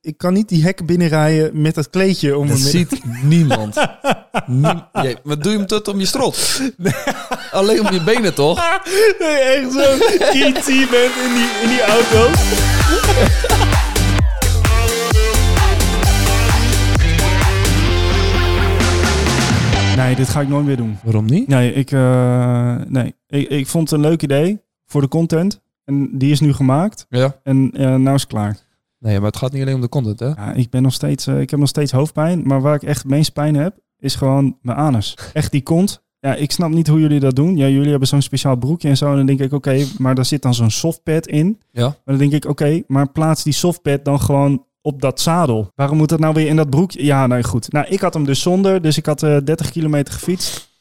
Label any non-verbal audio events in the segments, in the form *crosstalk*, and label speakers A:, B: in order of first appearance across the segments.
A: ik kan niet die hekken binnenrijden met dat kleedje om
B: Dat
A: me midden. *laughs*
B: ziet niemand. Niem- Jee, maar doe je hem tot om je strot? Alleen om je benen, toch?
A: Dat je echt zo'n E.T. bent in die, in die auto. Nee, dit ga ik nooit meer doen.
B: Waarom niet?
A: Nee, ik, eh, nee. Ik, ik vond het een leuk idee voor de content. En die is nu gemaakt.
B: Ja.
A: En eh nou is het klaar.
B: Nee, maar het gaat niet alleen om de content, hè?
A: Ja, ik, ben nog steeds, eh, ik heb nog steeds hoofdpijn. Maar waar ik echt het meest pijn heb, is gewoon mijn anus. Echt die kont. Ja, ik snap niet hoe jullie dat doen. Ja, jullie hebben zo'n speciaal broekje en zo. En dan denk ik, oké, maar daar zit dan zo'n softpad in.
B: Ja.
A: Maar dan denk ik, oké, maar plaats die softpad dan gewoon op dat zadel. Waarom moet dat nou weer in dat broekje? Ja, nee, goed. Nou, ik had hem dus zonder. Dus ik had eh 30 kilometer gefietst.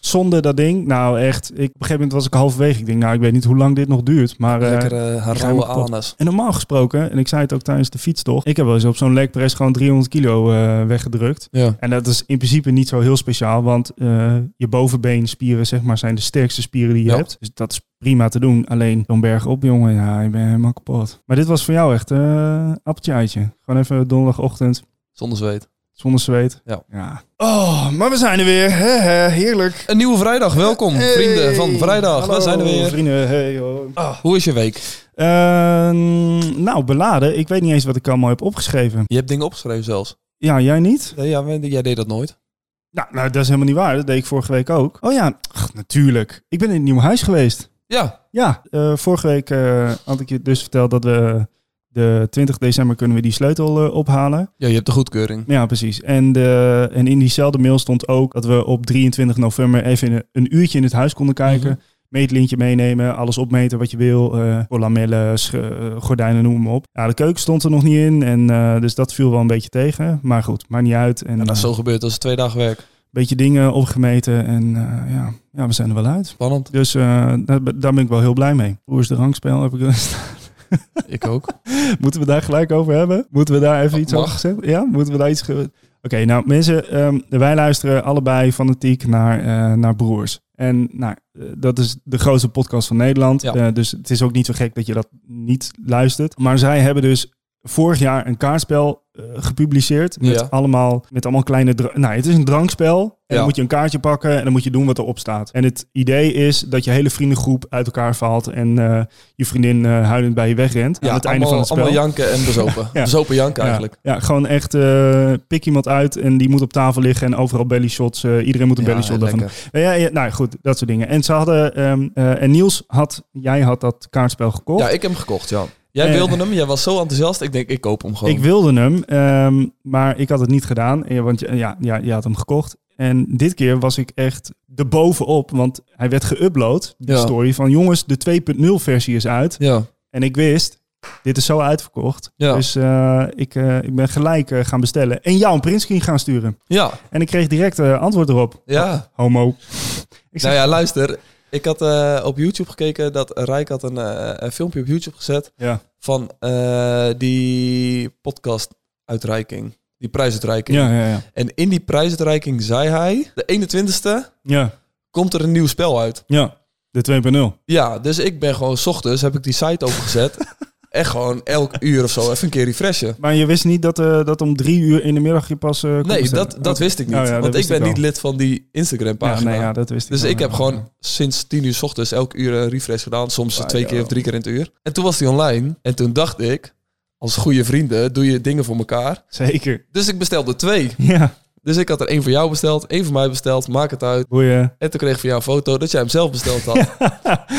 A: Zonder dat ding. Nou, echt. Ik, op een gegeven moment was ik halverwege. Ik denk, nou, ik weet niet hoe lang dit nog duurt. Maar eh,
B: Lekker eh, haar
A: ik ga hem
B: rauwe
A: kapot.
B: anus.
A: en normaal gesproken, en ik zei het ook tijdens de fietstocht, ik heb wel eens op zo'n legpress gewoon 300 kilo eh, weggedrukt.
B: Ja.
A: En dat is in principe niet zo heel speciaal, want eh, je bovenbeenspieren zeg maar, zijn de sterkste spieren die je
B: Ja.
A: hebt. Dus dat is prima te doen. Alleen zo'n berg op, jongen, ja, ik ben helemaal kapot. Maar dit was voor jou echt eh appeltje eitje. Gewoon even donderdagochtend,
B: Zonder zweet.
A: zonder zweet.
B: Ja.
A: Oh, maar we zijn er weer. He, he, heerlijk.
B: Een nieuwe vrijdag. Welkom,
A: Hey.
B: vrienden van vrijdag.
A: Hallo, Ah.
B: We zijn er weer.
A: Vrienden, hey, hoor.
B: Hoe is je week?
A: Ehm, nou, beladen. Ik weet niet eens wat ik allemaal heb opgeschreven.
B: Je hebt dingen opgeschreven zelfs.
A: Ja, jij niet?
B: Nee, ja, maar jij deed dat nooit.
A: Nou, nou, dat is helemaal niet waar. Dat deed ik vorige week ook. Oh ja, ach, natuurlijk. Ik ben in het nieuwe huis geweest.
B: Ja.
A: Ja, eh, vorige week eh, had ik je dus verteld dat we de 20 december kunnen we die sleutel eh, ophalen.
B: ja, je hebt de goedkeuring.
A: Ja, precies. En, de, en in diezelfde mail stond ook dat we op 23 november even een, een uurtje in het huis konden kijken.
B: Mhm.
A: Meetlintje meenemen, alles opmeten wat je wil. eh, voor lamellen, sch- eh, gordijnen, noem maar op. Ja, de keuken stond er nog niet in. En, eh, dus dat viel wel een beetje tegen. Maar goed, maakt niet uit. En,
B: En dat
A: eh,
B: is zo gebeurd. Dat is twee dagen werk.
A: beetje dingen opgemeten en eh, ja, ja, we zijn er wel uit.
B: Spannend.
A: Dus eh, daar, daar ben ik wel heel blij mee. Hoe is de rangspel? Heb ik, *laughs*
B: Ik ook.
A: moeten we daar gelijk over hebben? Moeten we daar even
B: Oh,
A: iets
B: mag.
A: over zeggen? Ja, moeten we daar iets... ge- Oké, nou mensen, ehm, wij luisteren allebei fanatiek naar, eh, naar Broers. En nou, eh, dat is de grootste podcast van Nederland.
B: Ja.
A: Eh, dus het is ook niet zo gek dat je dat niet luistert. Maar zij hebben dus vorig jaar een kaartspel eh, gepubliceerd. Met,
B: Ja.
A: allemaal, met allemaal kleine... dra- Nou, het is een drankspel. En dan
B: Ja.
A: moet je een kaartje pakken en dan moet je doen wat erop staat. En het idee is dat je hele vriendengroep uit elkaar valt... en eh, je vriendin eh, huilend bij je wegrent aan het einde
B: allemaal,
A: van het spel.
B: allemaal janken en bezopen.
A: *laughs* Ja.
B: Bezopen
A: Ja,
B: janken eigenlijk.
A: Ja, gewoon echt eh, pik iemand uit en die moet op tafel liggen en overal belly shots. eh, iedereen moet een belly shot daarvan.
B: lekker.
A: Ja, ja, nou goed, dat soort dingen. En ze hadden, ehm, eh, en Niels had, jij had dat kaartspel gekocht.
B: Ja, ik heb hem gekocht, ja. Jij
A: Eh.
B: wilde hem, jij was zo enthousiast. Ik denk, ik koop hem gewoon.
A: ik wilde hem, ehm, maar ik had het niet gedaan, eh, want eh, ja, ja, je had hem gekocht. En dit keer was ik echt erbovenop, want hij werd geüpload. De
B: Ja.
A: story van jongens, de 2.0 versie is uit.
B: Ja,
A: En ik wist, dit is zo uitverkocht.
B: ja,
A: Dus eh, ik, eh, ik ben gelijk eh, gaan bestellen en jou een printscreen gaan sturen.
B: ja,
A: En ik kreeg direct eh, antwoord erop.
B: ja.
A: Homo. Ik zeg,
B: Nou ja, luister. Ik had eh, op YouTube gekeken dat Rijk had een, eh, een filmpje op YouTube gezet
A: ja.
B: van eh, die podcast-uitreiking. Die prijsuitreiking.
A: Ja, ja, ja.
B: En in die prijsuitreiking zei hij, de 21ste
A: Ja,
B: komt er een nieuw spel uit.
A: ja. De 2.0.
B: Ja, dus ik ben gewoon, s ochtends heb ik die site
A: *laughs*
B: opengezet. en gewoon elk uur of zo even een keer refreshen.
A: Maar je wist niet dat, eh, dat om drie uur in de middag je pas... eh, kon
B: Nee,
A: bestellen.
B: dat, dat wist ik niet.
A: Oh ja, dat
B: want ik
A: wist
B: ben
A: ik al.
B: niet lid van die
A: Ja,
B: Instagram-pagina.
A: nee, ja, dat wist ik
B: Dus
A: wel,
B: ik heb
A: ja.
B: gewoon sinds tien uur 's ochtends elk uur een refresh gedaan. Soms
A: Ah,
B: twee
A: ja.
B: keer of drie keer in het uur. En toen was die online. En toen dacht ik, als goede vrienden doe je dingen voor elkaar.
A: Zeker. *laughs*
B: Dus ik bestelde twee.
A: Ja,
B: Dus ik had er één voor jou besteld, één voor mij besteld. Maak het uit.
A: boeien.
B: En toen kreeg ik van jou een foto dat jij hem zelf besteld *laughs* had.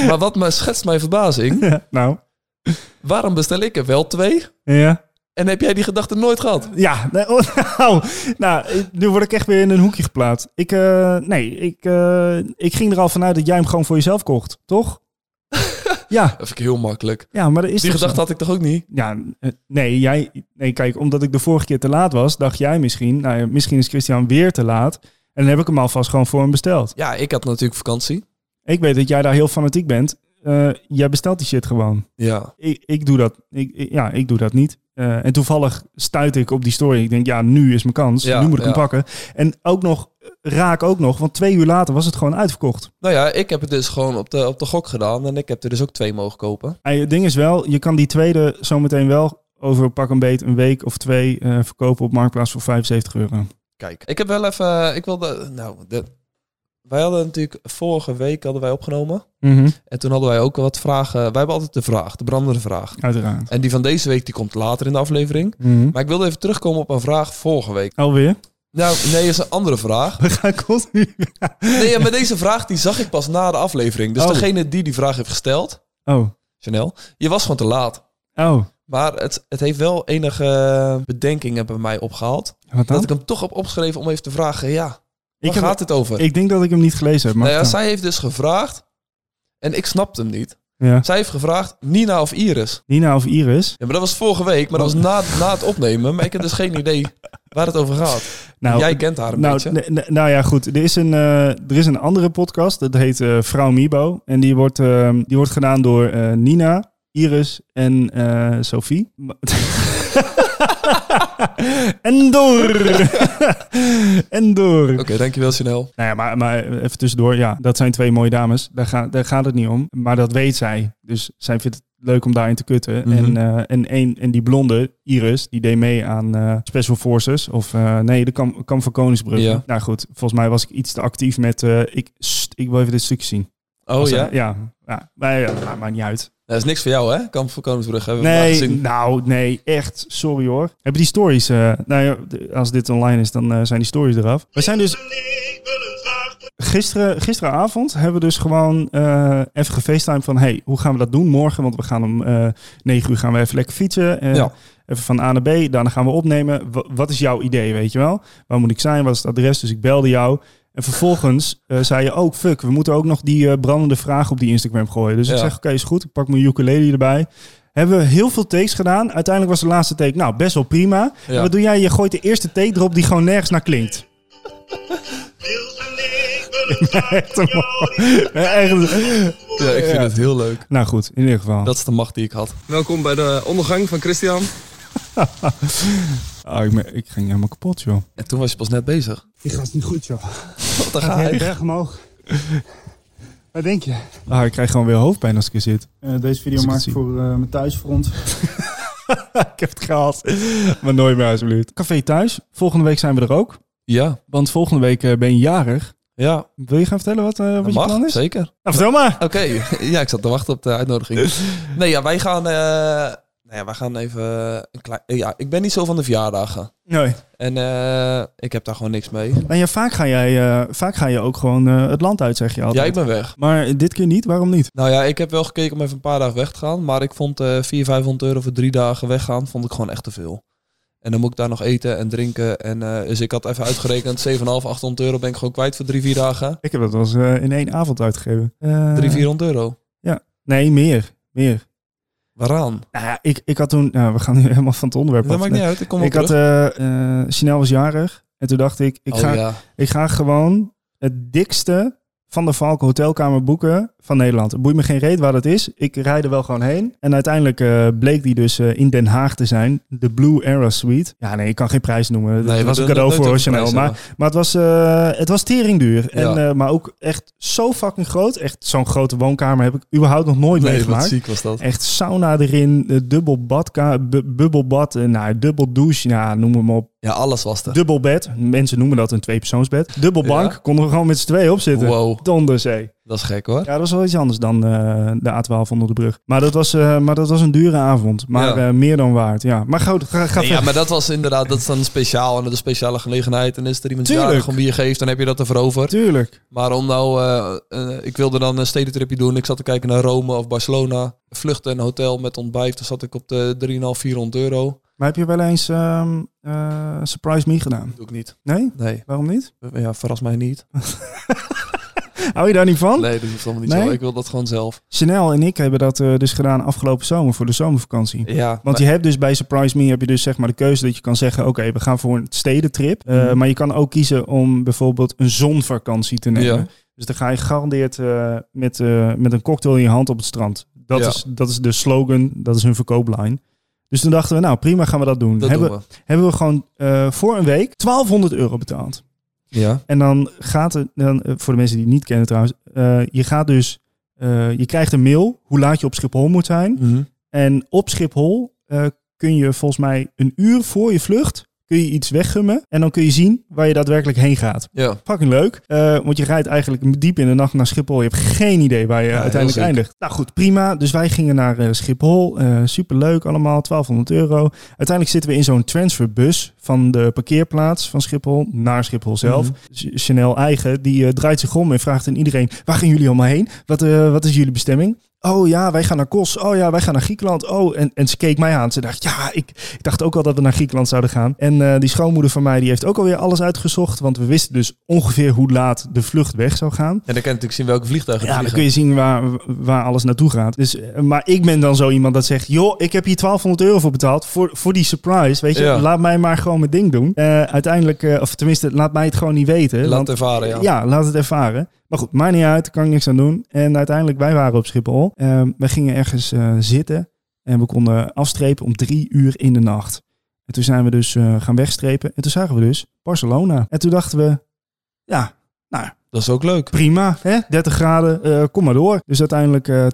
B: Maar wat me schetst mijn verbazing.
A: *laughs* nou,
B: Waarom bestel ik er wel twee?
A: ja.
B: En heb jij die gedachte nooit gehad?
A: Ja, nee, oh, *laughs* nou, nou, eh, nu word ik echt weer in een hoekje geplaatst. Ik, eh, nee, ik, eh, ik ging er al vanuit dat jij hem gewoon voor jezelf kocht,
B: *laughs*
A: toch? ja,
B: Dat vind ik heel makkelijk.
A: ja, maar dat is
B: Die
A: toch zo?
B: gedachte had ik toch ook niet?
A: Ja, eh, nee, jij, nee, kijk, omdat ik de vorige keer te laat was, dacht jij misschien, nou, ja, misschien is Christian weer te laat. En dan heb ik hem alvast gewoon voor hem besteld.
B: Ja, ik had natuurlijk vakantie.
A: Ik weet dat jij daar heel fanatiek bent. Eh, jij bestelt die shit gewoon.
B: Ja.
A: Ik, ik doe dat. Ik, ik- ja, ik doe dat niet. Eh, en toevallig stuit ik op die story. Ik denk, ja, nu is mijn kans.
B: Ja,
A: nu moet ik hem
B: ja.
A: pakken. En ook nog, eh, raak ook nog, want twee uur later was het gewoon uitverkocht.
B: Nou ja, ik heb het dus gewoon op de, op de gok gedaan. En ik heb er dus ook twee mogen kopen.
A: En het ding is wel, je kan die tweede zometeen wel over pak een beet een week of twee eh, verkopen op Marktplaats voor 75 euro.
B: Kijk, ik heb wel even... Ik wilde... Nou, de, wij hadden natuurlijk... Vorige week hadden wij opgenomen.
A: Mhm.
B: En toen hadden wij ook wat vragen. Wij hebben altijd de vraag, de brandende vraag.
A: Uiteraard.
B: En die van deze week die komt later in de aflevering.
A: Mhm.
B: Maar ik wilde even terugkomen op een vraag vorige week.
A: Alweer?
B: Nou, nee, is een andere vraag.
A: We gaan continu.
B: Nee,
A: *laughs*
B: ja, maar deze vraag die zag ik pas na de aflevering. Dus
A: Oh.
B: degene die die vraag heeft gesteld,
A: Oh,
B: Chanel, je was gewoon te laat.
A: oh.
B: Maar het, het heeft wel enige bedenkingen bij mij opgehaald.
A: Wat
B: Dat
A: dan?
B: ik hem toch heb opgeschreven om even te vragen, ja, waar
A: Ik, heb-
B: gaat het over?
A: ik denk dat ik hem niet gelezen heb. Maar
B: nou ja, zij heeft dus gevraagd, en ik snapte hem niet.
A: Ja.
B: Zij heeft gevraagd, Nina of Iris?
A: Nina of Iris?
B: Ja, maar dat was vorige week, maar dat was na, na het opnemen. Maar ik heb dus geen idee waar het over gaat.
A: Nou,
B: Jij kent haar een
A: nou,
B: beetje.
A: nee, nee, nou ja, goed. Er is een, eh, er is een andere podcast. Dat heet eh, Vrouw Mibo. En die wordt, eh, die wordt gedaan door eh, Nina, Iris en eh Sophie. Ma- *laughs* en door. *laughs* en door.
B: Oké, dankjewel Chanel.
A: Nou ja, maar, maar even tussendoor. Ja, dat zijn twee mooie dames. Daar, ga, daar gaat het niet om. Maar dat weet zij. Dus zij vindt het leuk om daarin te kutten.
B: Mhm.
A: En, eh, en, een, en die blonde, Iris, die deed mee aan eh, Special Forces. Of eh, nee, de Kamp, kamp van Koningsbrugge.
B: Ja.
A: Nou goed, volgens mij was ik iets te actief met... eh, ik, sst, ik wil even dit stukje zien.
B: Oh
A: Was
B: ja?
A: hij- ja. Ja, maar ja, maar maakt niet uit.
B: Dat is niks voor jou, hè? Kamp voor Koningsbrug hebben we vandaag
A: Nee,
B: gezien.
A: nou, nee, echt. Sorry hoor. Hebben die stories... eh, nou ja, de- als dit online is, dan eh, zijn die stories eraf. We zijn dus gisteren, gisteravond hebben we dus gewoon eh, even gefacetimed van... hey, hoe gaan we dat doen morgen? Want we gaan om eh 9 uur gaan we even lekker fietsen. Eh,
B: Ja.
A: Even van A naar B, daarna gaan we opnemen. Wa- wat is jouw idee, weet je wel? Waar moet ik zijn? Wat is het adres? Dus ik belde jou. En vervolgens eh, zei je ook, fuck, we moeten ook nog die eh, brandende vraag op die Instagram gooien. Dus ik
B: Ja.
A: zeg, oké, is goed. Ik pak mijn ukulele erbij. Hebben we heel veel takes gedaan. Uiteindelijk was de laatste take, nou, best wel prima. En
B: Ja.
A: wat doe jij? Je gooit de eerste take erop die gewoon nergens naar klinkt. *laughs* Echt een mooi. Echt.
B: Ja, ik vind het heel leuk.
A: Nou goed, in ieder geval.
B: Dat is de macht die ik had.
C: Welkom bij de ondergang van Christian.
A: Ah, ik, me- ik ging helemaal kapot, joh.
B: En toen was je pas net bezig.
D: Die gast niet goed, joh.
B: Wat een
D: Gaat hij
B: geheim.
D: berg
A: *laughs*
D: omhoog. Wat denk je?
A: Ah, ik krijg gewoon weer hoofdpijn als ik er zit. *laughs*
D: Eh, deze video
A: Als ik het
D: maak ik
A: zie.
D: voor eh, mijn thuisfront.
A: ik heb het gehad. Maar nooit meer, alsjeblieft. Café thuis. Volgende week zijn we er ook.
B: Ja,
A: Want volgende week eh, ben je jarig.
B: ja.
A: Wil je gaan vertellen wat, eh wat
B: Dat
A: je plan
B: mag,
A: is? Nou,
B: zeker.
A: vertel maar.
B: Oké, *laughs* ja, ik zat te wachten op de uitnodiging. Nee, ja, wij gaan... eh, Nou ja, wij gaan even een klein... Ja, ik ben niet zo van de verjaardagen.
A: Nee.
B: En eh, ik heb daar gewoon niks mee.
A: Nou ja, vaak ga, jij, eh, vaak ga je ook gewoon eh, het land uit, zeg je altijd.
B: Ja, ik ben weg.
A: Maar dit keer niet. Waarom niet?
B: Nou ja, ik heb wel gekeken om even een paar dagen weg te gaan. Maar ik vond eh 400, 500 euro voor drie dagen weggaan, vond ik gewoon echt te veel. En dan moet ik daar nog eten en drinken. En, eh, dus ik had even uitgerekend, 7,5, 800 euro ben ik gewoon kwijt voor drie, vier dagen.
A: Ik heb dat wel eens eh, in één avond uitgegeven. Eh,
B: Drie, 400 euro.
A: Nee, meer. Meer.
B: Waaraan?
A: Nou ja, ik, ik had toen... Nou, we gaan nu *laughs* helemaal van het onderwerp
B: Dat
A: af.
B: maakt niet uit, ik kom op
A: Ik had...
B: terug.
A: eh, eh, Chanel was jarig. En toen dacht ik, ik,
B: oh
A: ga,
B: ja,
A: ik ga gewoon het dikste van de Valk hotelkamer boeken van Nederland. Het boeit me geen reet waar dat is. Ik rijd er wel gewoon heen. En uiteindelijk eh, bleek die dus eh, in Den Haag te zijn. De Blue Era Suite. Ja, nee, ik kan geen prijs noemen.
B: Nee,
A: dat
B: we
A: was een
B: zullen
A: cadeau
B: het nooit
A: voor
B: over
A: Chanel.
B: prijs
A: Maar
B: hebben.
A: maar het was, eh, het was teringduur. En,
B: Ja.
A: eh, maar ook echt zo fucking groot. Echt zo'n grote woonkamer heb ik überhaupt nog nooit
B: nee, wat
A: meegemaakt.
B: ziek was dat.
A: Echt sauna erin, eh, dubbel badka, bu- bubbelbad, eh, nou, dubbel douche, nou, noem maar op.
B: Ja, alles was er.
A: Dubbel bed, mensen noemen dat een tweepersoonsbed. Dubbel bank,
B: Ja.
A: konden we gewoon met z'n tweeën op zitten.
B: Wow,
A: Donderzee.
B: dat is gek hoor.
A: Ja, dat was wel iets anders dan eh, de A12 onder de brug. Maar dat was, eh, maar dat was een dure avond. Maar
B: Ja.
A: eh, meer dan waard, ja. Maar goed, ga, ga
B: Nee, ja,
A: verder.
B: maar dat was inderdaad, dat is dan speciaal en dat is een speciale gelegenheid. En is er iemand
A: Tuurlijk.
B: jarig om wie je geeft, dan heb je dat ervoor over.
A: Tuurlijk.
B: Maar om nou, eh, eh, ik wilde dan een stedentripje doen. Ik zat te kijken naar Rome of Barcelona. Vluchten en hotel met ontbijt. Dan zat ik op de 3,5, 400 euro.
A: Maar heb je wel eens ehm, eh, Surprise Me gedaan?
B: doe ik niet.
A: Nee?
B: Nee,
A: Waarom niet?
B: ja, verras mij niet.
A: Hou je daar niet van?
B: Nee, dat hoeft allemaal niet
A: Nee?
B: zo. Ik wil dat gewoon zelf.
A: Chanel en ik hebben dat eh, dus gedaan afgelopen zomer voor de zomervakantie.
B: Ja,
A: Want
B: maar-
A: je hebt dus bij Surprise Me heb je dus zeg maar de keuze dat je kan zeggen: oké, we gaan voor een stedentrip. Eh,
B: Mhm.
A: Maar je kan ook kiezen om bijvoorbeeld een zonvakantie te nemen.
B: Ja.
A: Dus dan ga je gegarandeerd eh, met, eh, met een cocktail in je hand op het strand. Dat,
B: Ja.
A: is, dat is de slogan, dat is hun verkooplijn. Dus toen dachten we, nou prima, gaan we dat doen.
B: dat
A: hebben,
B: doen we.
A: hebben we gewoon eh, voor een week 1200 euro betaald.
B: Ja,
A: En dan gaat het, dan, eh, voor de mensen die het niet kennen trouwens, eh, je gaat dus, Mhm. eh, je krijgt een mail hoe laat je op Schiphol moet zijn. En op Schiphol eh, kun je volgens mij een uur voor je vlucht kun je iets weggummen. En dan kun je zien waar je daadwerkelijk heen gaat.
B: Ja.
A: Fucking leuk. Eh, want je rijdt eigenlijk diep in de nacht naar Schiphol. Je hebt geen idee waar je
B: heel
A: uiteindelijk
B: ziek.
A: eindigt. Nou goed, prima. Dus wij gingen naar eh, Schiphol. Eh superleuk allemaal, 1200 euro. Uiteindelijk zitten we in zo'n transferbus van de parkeerplaats van Schiphol naar Schiphol zelf. Ch- Chanel eigen, die eh, draait zich om en vraagt aan iedereen... waar gaan jullie allemaal heen? Wat, eh, wat is jullie bestemming? Oh ja, wij gaan naar Kos. Oh ja, wij gaan naar Griekenland. Oh, en, en ze keek mij aan. Ze dacht, ja, ik, ik dacht ook al dat we naar Griekenland zouden gaan. En eh, die schoonmoeder van mij die heeft ook alweer alles uitgezocht. Want we wisten dus ongeveer hoe laat de vlucht weg zou gaan.
B: En dan kan je natuurlijk zien welke vliegtuigen
A: Ja,
B: er
A: dan kun
B: vliegen.
A: je zien waar, waar alles naartoe gaat. Dus, eh, maar ik ben dan zo iemand dat zegt... joh, ik heb hier 1200 euro voor betaald voor, voor die surprise. Weet je,
B: Ja.
A: laat mij maar gewoon mijn ding doen. Eh, uiteindelijk, eh, of tenminste, laat mij het gewoon niet weten.
B: Laat
A: want-
B: ervaren, ja.
A: ja. laat het ervaren. Maar goed, maakt niet uit, kan ik niks aan doen. En uiteindelijk, wij waren op Schiphol. Ehm we gingen ergens eh, zitten en we konden afstrepen om drie uur in de nacht. En toen zijn we dus eh, gaan wegstrepen. En toen zagen we dus Barcelona. En toen dachten we, ja,
B: Dat is ook leuk.
A: prima, hè? 30 graden, eh, kom maar door. Dus uiteindelijk eh,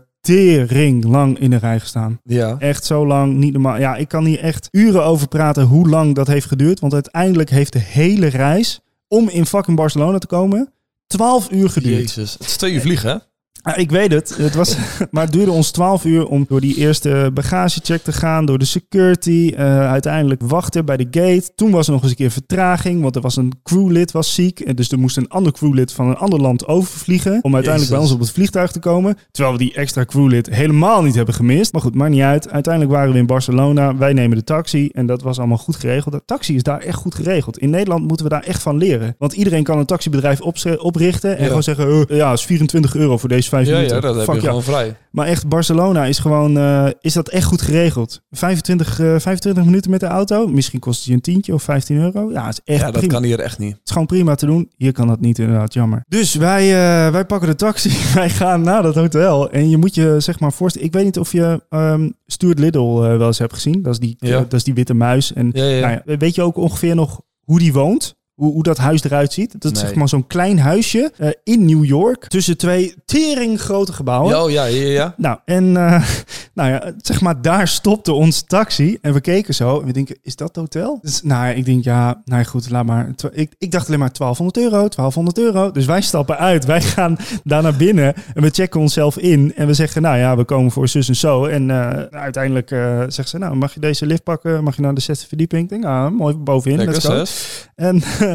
A: tering lang in de rij gestaan.
B: Ja.
A: Echt zo lang, niet normaal. Ja, ik kan hier echt uren over praten hoe lang dat heeft geduurd. Want uiteindelijk heeft de hele reis om in fucking Barcelona te komen 12 uur geduurd.
B: Jezus. Het is twee uur vliegen, hè?
A: Ah, ik weet het, het was, *laughs* maar het duurde ons 12 uur om door die eerste bagagecheck te gaan, door de security, eh, uiteindelijk wachten bij de gate. Toen was er nog eens een keer vertraging, want er was een crewlid was ziek. En dus er moest een ander crewlid van een ander land overvliegen om uiteindelijk
B: Jezus.
A: bij ons op het vliegtuig te komen. Terwijl we die extra crewlid helemaal niet hebben gemist. Maar goed, maakt niet uit. Uiteindelijk waren we in Barcelona, wij nemen de taxi en dat was allemaal goed geregeld. De taxi is daar echt goed geregeld. In Nederland moeten we daar echt van leren. Want iedereen kan een taxibedrijf opze- oprichten en
B: Ja.
A: gewoon zeggen, eh, ja, is 24 euro voor deze vijf
B: Ja,
A: minuten.
B: ja, dat heb
A: Fuck
B: je
A: ja.
B: gewoon vrij.
A: Maar echt, Barcelona is gewoon, eh, is dat echt goed geregeld. 25, eh, 25 minuten met de auto, misschien kost het je een tientje of 15 euro. Ja, is echt
B: Ja, dat
A: prima.
B: kan hier echt niet.
A: Het is gewoon prima te doen. Hier kan dat niet, inderdaad, jammer. Dus wij, eh, wij pakken de taxi, *laughs* wij gaan naar dat hotel. En je moet je, zeg maar, voorstellen... Ik weet niet of je ehm Stuart Little eh, wel eens hebt gezien. Dat is die,
B: Ja.
A: dat is die witte muis. En
B: Ja, ja.
A: nou ja, weet je ook ongeveer nog hoe die woont? Hoe, hoe dat huis eruit ziet? Dat is
B: Nee.
A: zeg maar zo'n klein huisje eh, in New York. Tussen twee tering grote gebouwen.
B: Ja, oh, ja, ja, ja.
A: Nou, en eh, *laughs* nou ja, zeg maar, daar stopte onze taxi. En we keken zo en we denken, is dat het hotel? Dus, nou, ja, ik denk, ja, nou ja, goed, laat maar. Twa- Ik, ik dacht alleen maar 1200 euro, 1200 euro. Dus wij stappen uit, wij gaan daar naar binnen en we checken onszelf in. En we zeggen, nou ja, we komen voor zus en zo. En eh, uiteindelijk eh, zegt ze, nou, mag je deze lift pakken? Mag je naar de zesde verdieping? Ik denk, nou, mooi bovenin.
B: Lekker
A: let's go.
B: zes.
A: En eh,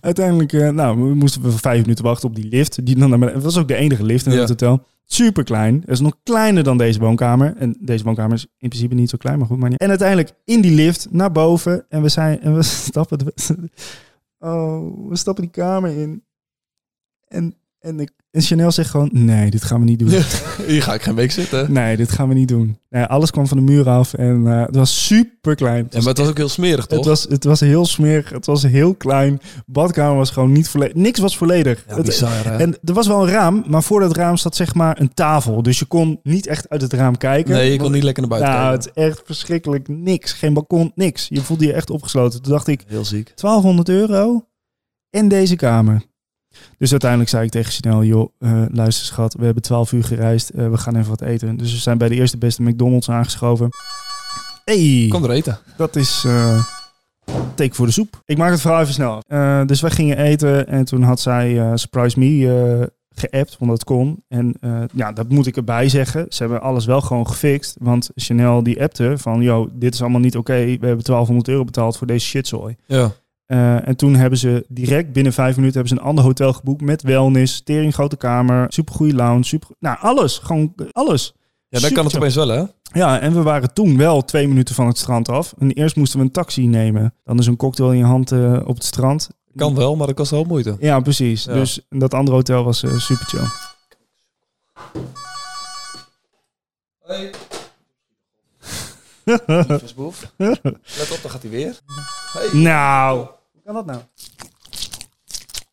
A: uiteindelijk eh, nou, we moesten we vijf minuten wachten op die lift. Die dan naar beneden- het was ook de enige lift in
B: Ja.
A: het hotel. Super klein. Het is nog kleiner dan deze woonkamer. En deze woonkamer is in principe niet zo klein, maar goed. Maar niet. En uiteindelijk in die lift naar boven. En we, zijn, en we *laughs* stappen. de- oh, we stappen die kamer in. En, en, ik, en Chanel zegt gewoon: Nee, dit gaan we niet doen.
B: Hier ga ik geen week zitten.
A: Nee, dit gaan we niet doen. Nee, alles kwam van de muur af. En eh, het was super klein.
B: Ja, maar het was ook heel smerig, toch?
A: Het was, het was heel smerig, het was heel klein. Badkamer was gewoon niet volledig. Niks was volledig.
B: ja,
A: Het-
B: bizar, hè?
A: en er was wel een raam, maar voor dat raam zat zeg maar een tafel. Dus je kon niet echt uit het raam kijken.
B: Nee, je kon
A: Want-
B: niet lekker naar buiten
A: Nou,
B: kijken.
A: het is echt verschrikkelijk. Niks. Geen balkon, niks. Je voelde je echt opgesloten. Toen dacht ik,
B: Heel ziek.
A: 1200 euro en deze kamer. Dus uiteindelijk zei ik tegen Chanel, joh, eh, luister schat, we hebben 12 uur gereisd. eh, we gaan even wat eten. Dus we zijn bij de eerste beste McDonald's aangeschoven. Hey!
B: Kom er eten.
A: Dat is eh teken voor de soep. Ik maak het verhaal even snel af. Eh, dus wij gingen eten en toen had zij eh, Surprise Me eh, geappt, want dat kon. En eh, ja, dat moet ik erbij zeggen. Ze hebben alles wel gewoon gefixt, want Chanel die appte van... ...yo, dit is allemaal niet oké, we hebben 1200 euro betaald voor deze shitzooi.
B: Ja.
A: Eh, en toen hebben ze direct binnen vijf minuten hebben ze een ander hotel geboekt met wellness, tering grote kamer, supergoeie lounge, super, nou alles, gewoon eh, alles.
B: Ja, dan kan het
A: Super.
B: opeens wel, hè?
A: Ja, en we waren toen wel twee minuten van het strand af. En eerst moesten we een taxi nemen. Dan is een cocktail in je hand eh, op het strand.
B: Kan wel, maar dat kost wel moeite.
A: Ja, precies.
B: Ja.
A: Dus dat andere hotel was eh, super chill. *laughs*
B: Hey. Boef. Let op, dan gaat hij weer.
A: nou. Hoe kan dat nou?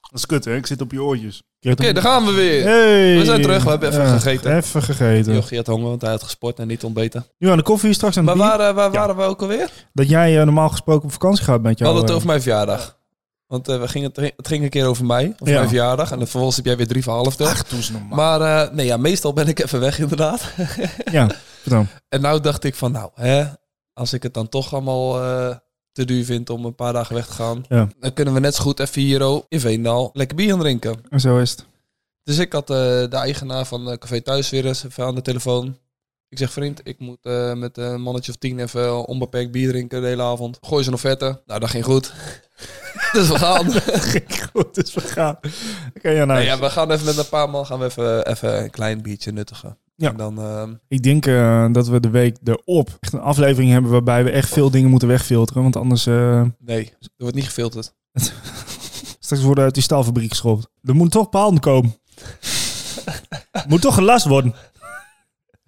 A: Dat is kut, hè? Ik zit op je oortjes.
B: Oké, daar gaan we weer.
A: Hey.
B: We zijn terug, we hebben even
A: Eh,
B: gegeten.
A: Even gegeten.
B: Jochie had honger, want hij had gesport en niet ontbeten.
A: Nu aan de koffie, straks aan de
B: Maar
A: bier.
B: waar, eh, waar waren we ook alweer?
A: Dat jij eh, normaal gesproken op vakantie gaat met
B: We
A: jou.
B: hadden het
A: eh,
B: over mijn verjaardag. Want eh, we gingen, het ging- het ging een keer over mij, of
A: Ja.
B: mijn verjaardag. En dan vervolgens heb jij weer drie verhalen verteld.
A: Ach, doe eens normaal.
B: Maar eh, nee, ja, meestal ben ik even weg *laughs* inderdaad.
A: Ja, vertel.
B: En nou dacht ik van, nou, hè, als ik het dan toch allemaal eh, te duur vind om een paar dagen weg te gaan,
A: Ja.
B: dan kunnen we net zo goed even hier oh, in Veendaal lekker bier gaan drinken.
A: En zo is
B: *laughs*
A: het.
B: Dus ik had eh, de eigenaar van eh, Café Thuis weer eens even aan de telefoon. Ik zeg, vriend, ik moet eh, met een mannetje of tien even onbeperkt bier drinken de hele avond. Gooi ze een offerte. Nou, dat ging goed. *laughs* dus we gaan.
A: Ging goed, dus we gaan. Oké, ja, nou.
B: Nou ja, we gaan even met een paar man gaan we even, even een klein biertje nuttigen.
A: Ja.
B: En dan, ehm,
A: Ik denk eh, dat we de week erop echt een aflevering hebben waarbij we echt veel dingen moeten wegfilteren. Want anders eh,
B: nee, er wordt niet gefilterd.
A: straks worden we uit die staalfabriek geschopt. Er moet toch paal
B: *laughs*
A: komen. moet toch gelast worden.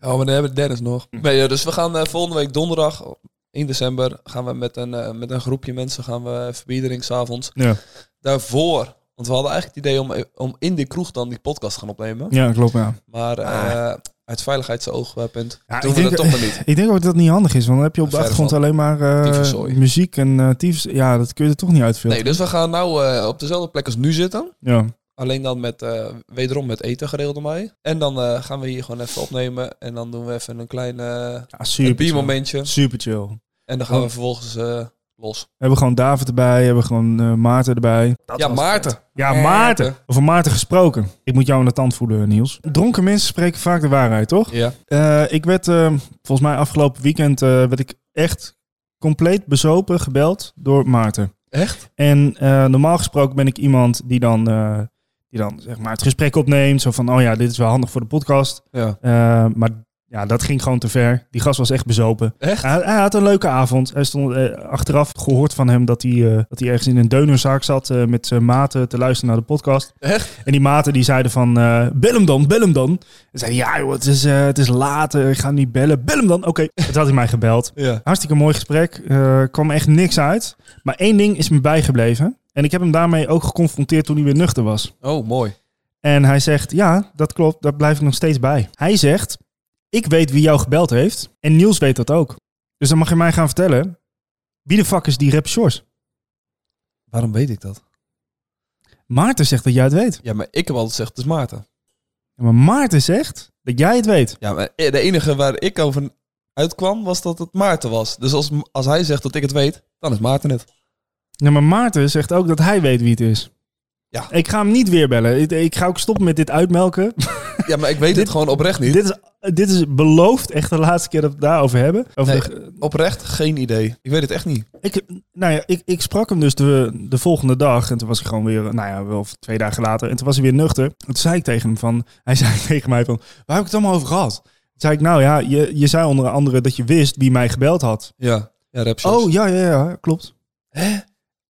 B: Oh, maar dan hebben we Dennis nog. Nee, ja, dus we gaan eh, volgende week donderdag, 1 december, gaan we met een, eh, met een groepje mensen gaan we even bier drinken 's avonds.
A: Ja.
B: Daarvoor, want we hadden eigenlijk het idee om, eh, om in de kroeg dan die podcast te gaan opnemen.
A: Ja, klopt. Ja.
B: Maar eh, uit veiligheidsoogpunt
A: Ja,
B: doen
A: ik
B: we
A: denk-
B: Ah, dat toch maar *laughs* niet.
A: Ik denk ook dat dat niet handig is, want dan heb je op de
B: Verder
A: achtergrond
B: van.
A: alleen maar eh,
B: Tyfuszooi.
A: muziek en eh tyfus. Ja, dat kun je er toch niet uitfilteren.
B: Nee, dus we gaan nou eh, op dezelfde plek als nu zitten.
A: Ja.
B: Alleen dan met, eh, wederom met eten geregeld door mij. En dan eh, gaan we hier gewoon even opnemen. En dan doen we even een klein eh,
A: ja, super
B: een
A: chill.
B: biermomentje.
A: Super chill.
B: En dan gaan we vervolgens eh, los.
A: We hebben gewoon David erbij, we hebben gewoon eh, Maarten erbij.
B: ja, Maarten.
A: Ja, Maarten.
B: Maarten.
A: Over Maarten gesproken. Ik moet jou in de tand voelen, Niels. Dronken mensen spreken vaak de waarheid, toch?
B: Ja.
A: Eh, ik werd eh, volgens mij afgelopen weekend eh, werd ik echt compleet bezopen gebeld door Maarten.
B: Echt?
A: En eh, normaal gesproken ben ik iemand die dan, eh, die dan zeg maar, het gesprek opneemt. Zo van, oh ja, dit is wel handig voor de podcast.
B: Ja.
A: Eh, maar ja, dat ging gewoon te ver. Die gast was echt bezopen.
B: Echt?
A: Hij, hij had een leuke avond. Hij stond eh, achteraf gehoord van hem dat hij, eh, dat hij ergens in een deunerzaak zat eh, met zijn maten te luisteren naar de podcast.
B: Echt?
A: En die maten die zeiden van, eh, bel hem dan, bel hem dan. En zei, hij, ja joh, het is, eh, het is laat, eh, ik ga hem niet bellen. Bel hem dan. Oké,
B: *laughs*
A: dat had hij mij gebeld.
B: Ja.
A: Hartstikke mooi gesprek. Eh kwam echt niks uit. Maar één ding is me bijgebleven. En ik heb hem daarmee ook geconfronteerd toen hij weer nuchter was.
B: Oh, mooi.
A: En hij zegt, ja, dat klopt, daar blijf ik nog steeds bij. Hij zegt, ik weet wie jou gebeld heeft en Niels weet dat ook. Dus dan mag je mij gaan vertellen, wie de fuck is die rap Shores?
B: Waarom weet ik dat?
A: Maarten zegt dat jij het weet.
B: Ja, maar ik heb altijd gezegd, het is Maarten.
A: Ja, Maar Maarten zegt dat jij het weet.
B: Ja, maar eh, de enige waar ik over uitkwam was dat het Maarten was. Dus als, als hij zegt dat ik het weet, dan is Maarten het.
A: Ja, maar Maarten zegt ook dat hij weet wie het is.
B: Ja.
A: Ik ga hem niet weer bellen. Ik, ik ga ook stoppen met dit uitmelken.
B: *laughs* Ja, maar ik weet het gewoon oprecht niet.
A: dit, is, dit is beloofd echt de laatste keer dat we het daarover hebben. Over
B: Nee.
A: de-
B: Oprecht geen idee. Ik weet het echt niet.
A: Ik, nou ja, ik, ik sprak hem dus de, de volgende dag. En toen was ik gewoon weer, nou ja, wel twee dagen later. En toen was hij weer nuchter. En toen zei ik tegen hem van, hij zei *laughs* tegen mij van, waar heb ik het allemaal over gehad? Toen zei ik, nou ja, je, je zei onder andere dat je wist wie mij gebeld had.
B: Ja. Ja, rap
A: Oh, ja, ja, ja, klopt. Hè?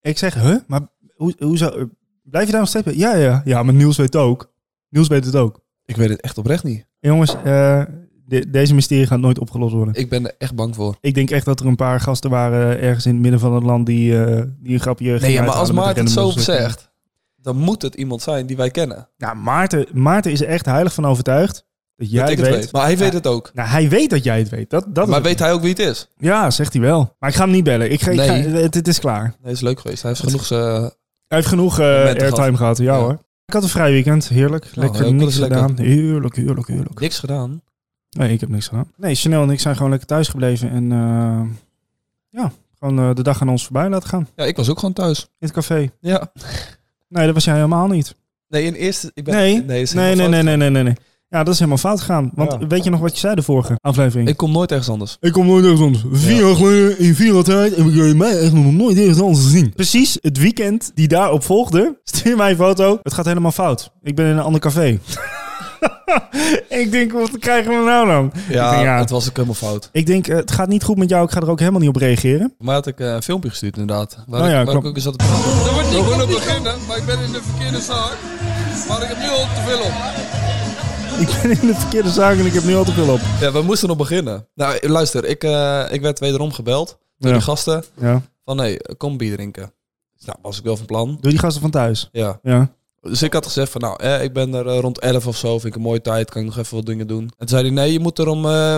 A: Ik zeg, huh? Maar hoe, hoezo? Blijf je daar nog steeds bij? Ja, ja, ja, maar Niels weet het ook. Niels weet het ook.
B: Ik weet het echt oprecht niet.
A: Jongens, eh, de- deze mysterie gaat nooit opgelost worden.
B: Ik ben er echt bang voor.
A: Ik denk echt dat er een paar gasten waren ergens in het midden van het land die, eh, die een grapje...
B: Nee,
A: gingen
B: ja, maar als
A: uithalen met
B: Maarten het zo
A: random opzetten.
B: zegt, dan moet het iemand zijn die wij kennen.
A: Nou, Maarten, Maarten is er echt heilig van overtuigd dat jij
B: dat ik
A: het
B: het
A: weet.
B: weet. Maar hij weet
A: Ja.
B: het ook.
A: Nou, hij weet dat jij het weet. Dat, dat is
B: maar
A: het.
B: weet hij ook wie het is?
A: Ja, zegt hij wel. Maar ik ga hem niet bellen. Ik ga, ik
B: Nee.
A: ga- het, het is klaar.
B: Nee, is leuk geweest. Hij heeft genoeg zijn...
A: Hij heeft genoeg eh,
B: Momenten
A: airtime
B: gehad.
A: gehad. Ja,
B: Ja.
A: hoor. Ik had een vrij weekend. Heerlijk. Lekker
B: ja, ook
A: niks
B: wel eens
A: gedaan. Heerlijk, heerlijk, heerlijk.
B: niks gedaan.
A: Nee, ik heb niks gedaan. Nee, Chanel en ik zijn gewoon lekker thuis gebleven. En eh, ja, gewoon eh, de dag aan ons voorbij laten gaan.
B: Ja, ik was ook gewoon thuis.
A: In het café.
B: Ja.
A: Nee, dat was jij helemaal niet.
B: Nee, in eerste... Ik ben,
A: Nee,
B: dat is
A: Nee, nee,
B: helemaal
A: nee,
B: fout.
A: nee, nee, nee, nee. Ja, dat is helemaal fout gegaan. Want
B: Ja.
A: weet je nog wat je zei de vorige aflevering?
B: Ik kom nooit ergens anders.
A: Ik kom nooit ergens anders. Vier jaar geleden, in vier jaar tijd, heb ik jullie mij echt nog nooit ergens anders gezien. Precies, het weekend die daarop volgde, *laughs* stuur mij een foto. Het gaat helemaal fout. Ik ben in een ander café. *laughs* ik denk, wat krijgen we nou dan? Ik
B: Ja,
A: denk, ja.
B: het was ook helemaal fout.
A: Ik denk, eh, het gaat niet goed met jou, ik ga er ook helemaal niet op reageren.
B: Maar had ik eh, een filmpje gestuurd inderdaad. Waar,
A: Nou ja,
B: ik, waar
A: klopt.
B: ik ook eens zat te praten.
C: Er wordt niet goed op beginnen, maar ik ben in de verkeerde zaak. Maar ik heb nu al te veel op.
A: *laughs* Ik ben in de verkeerde zaak en ik heb nu al te veel op.
B: Ja, we moesten nog beginnen. Nou, luister. Ik, eh, ik werd wederom gebeld door
A: Ja.
B: die gasten.
A: Ja.
B: Van, hé, kom bier drinken. Dus, Nou, was ik wel van plan.
A: Door die gasten van thuis.
B: Ja.
A: Ja.
B: Dus ik had gezegd van, nou, eh, ik ben er eh, rond 11 of zo. Vind ik een mooie tijd. Kan ik nog even wat dingen doen. En toen zei hij, nee, je moet er om eh,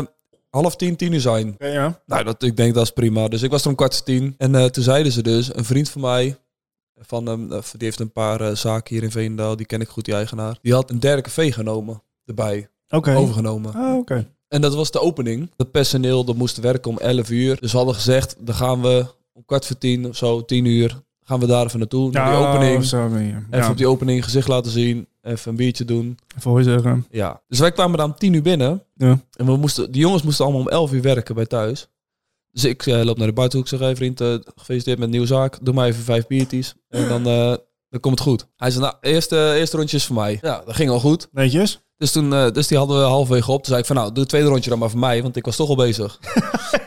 B: half tien, tien uur zijn.
A: Ja, ja.
B: Nou, dat, ik denk dat is prima. Dus ik was er om kwart voor tien. En eh, toen zeiden ze dus, een vriend van mij, van, hem, eh, die heeft een paar eh, zaken hier in Veenendaal. Die ken ik goed, die eigenaar. Die had een derde café genomen, erbij,
A: Oké.
B: overgenomen.
A: Ah, oké.
B: En dat was de opening. Het personeel dat moest werken om 11 uur. Dus we hadden gezegd, dan gaan we om kwart voor tien of zo, tien uur, gaan we daar even naartoe. Naar die opening.
A: Zo ben je.
B: Even
A: Ja.
B: op die opening gezicht laten zien. Even een biertje doen.
A: Even hoor zeggen.
B: Ja. Dus wij kwamen daar om tien uur binnen.
A: Ja.
B: En we moesten, die jongens moesten allemaal om 11 uur werken bij thuis. Dus ik eh, loop naar de buitenhoek. Ik zeg, hey, vriend, eh, gefeliciteerd met een nieuwe zaak. Doe maar even vijf biertjes. En dan, eh, dan komt het goed. Hij zei, nou, eerste, eerste rondje is voor mij. Ja, dat ging al goed.
A: Netjes?
B: Dus, toen, eh, dus die hadden we halverwege op. Toen zei ik van, nou, doe het tweede rondje dan maar voor mij, want ik was toch al
A: *laughs*
B: bezig.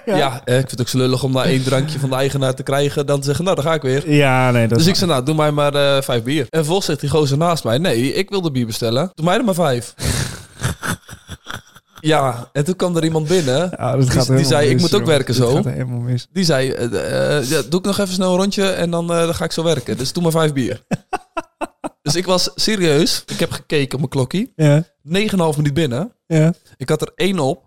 B: ja, eh, ik vind het ook zo lullig om daar één drankje van de eigenaar te krijgen. Dan te zeggen, nou, daar ga ik weer.
A: Ja, nee, dat
B: Dus
A: is
B: ik zei, nou, doe mij maar eh, vijf bier. En vervolgens zegt die gozer naast mij, nee, ik wilde bier bestellen. Doe mij er maar
A: *laughs*
B: vijf. ja, en toen kwam er iemand binnen.
A: Ja, Ah, dat gaat
B: die
A: helemaal
B: zei, ik
A: mis,
B: moet ook
A: joh.
B: werken
A: Dit
B: zo.
A: gaat helemaal mis.
B: Die zei, eh, eh, ja, doe ik nog even snel een rondje en dan, eh, dan ga ik zo werken. Dus doe maar vijf
A: *laughs*
B: bier. dus ik was serieus. Ik heb gekeken op mijn klokkie.
A: Ja,
B: 9,5 minuut binnen.
A: ja.
B: Ik had er één op.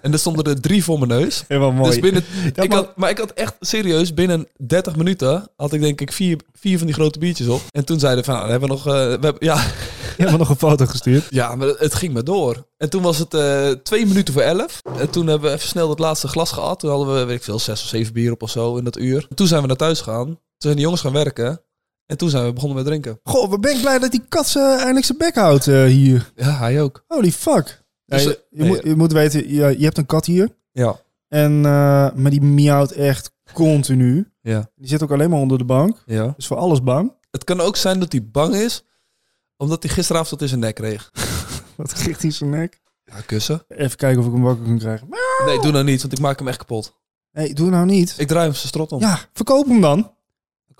B: En er stonden er drie voor mijn neus.
A: Helemaal mooi.
B: Dus binnen,
A: Ja,
B: ik
A: maar-
B: had, maar ik had echt serieus, binnen 30 minuten had ik denk ik vier, vier van die grote biertjes op. En toen zeiden we van, nou, dan hebben we nog... eh, we hebben, ja,
A: Je hebt me nog een foto gestuurd.
B: ja, maar het ging maar door. En toen was het eh, twee minuten voor elf. En toen hebben we even snel dat laatste glas gehad. Toen hadden we, weet ik veel, zes of zeven bier op of zo in dat uur. En toen zijn we naar thuis gegaan. Toen zijn de jongens gaan werken. En toen zijn we begonnen met drinken.
A: Goh, wat ben ik blij dat die kat eh, eindelijk zijn bek houdt eh, hier.
B: Ja, hij ook.
A: Holy fuck.
B: Dus,
A: Nee,
B: eh,
A: je,
B: nee,
A: moet, je moet weten, je, je hebt een kat hier.
B: Ja.
A: En, eh, maar die miauwt echt continu.
B: Ja.
A: Die zit ook alleen maar onder de bank.
B: ja.
A: Is voor alles bang.
B: Het kan ook zijn dat hij bang is, omdat hij gisteravond dat in zijn nek kreeg.
A: *laughs* Wat gicht hij zijn nek?
B: Ja, kussen.
A: Even kijken of ik hem wakker kan krijgen. Maar,
B: Nee, doe nou niet, want ik maak hem echt kapot.
A: Nee, doe nou niet.
B: Ik draai hem zijn strot om.
A: Ja, verkoop hem dan.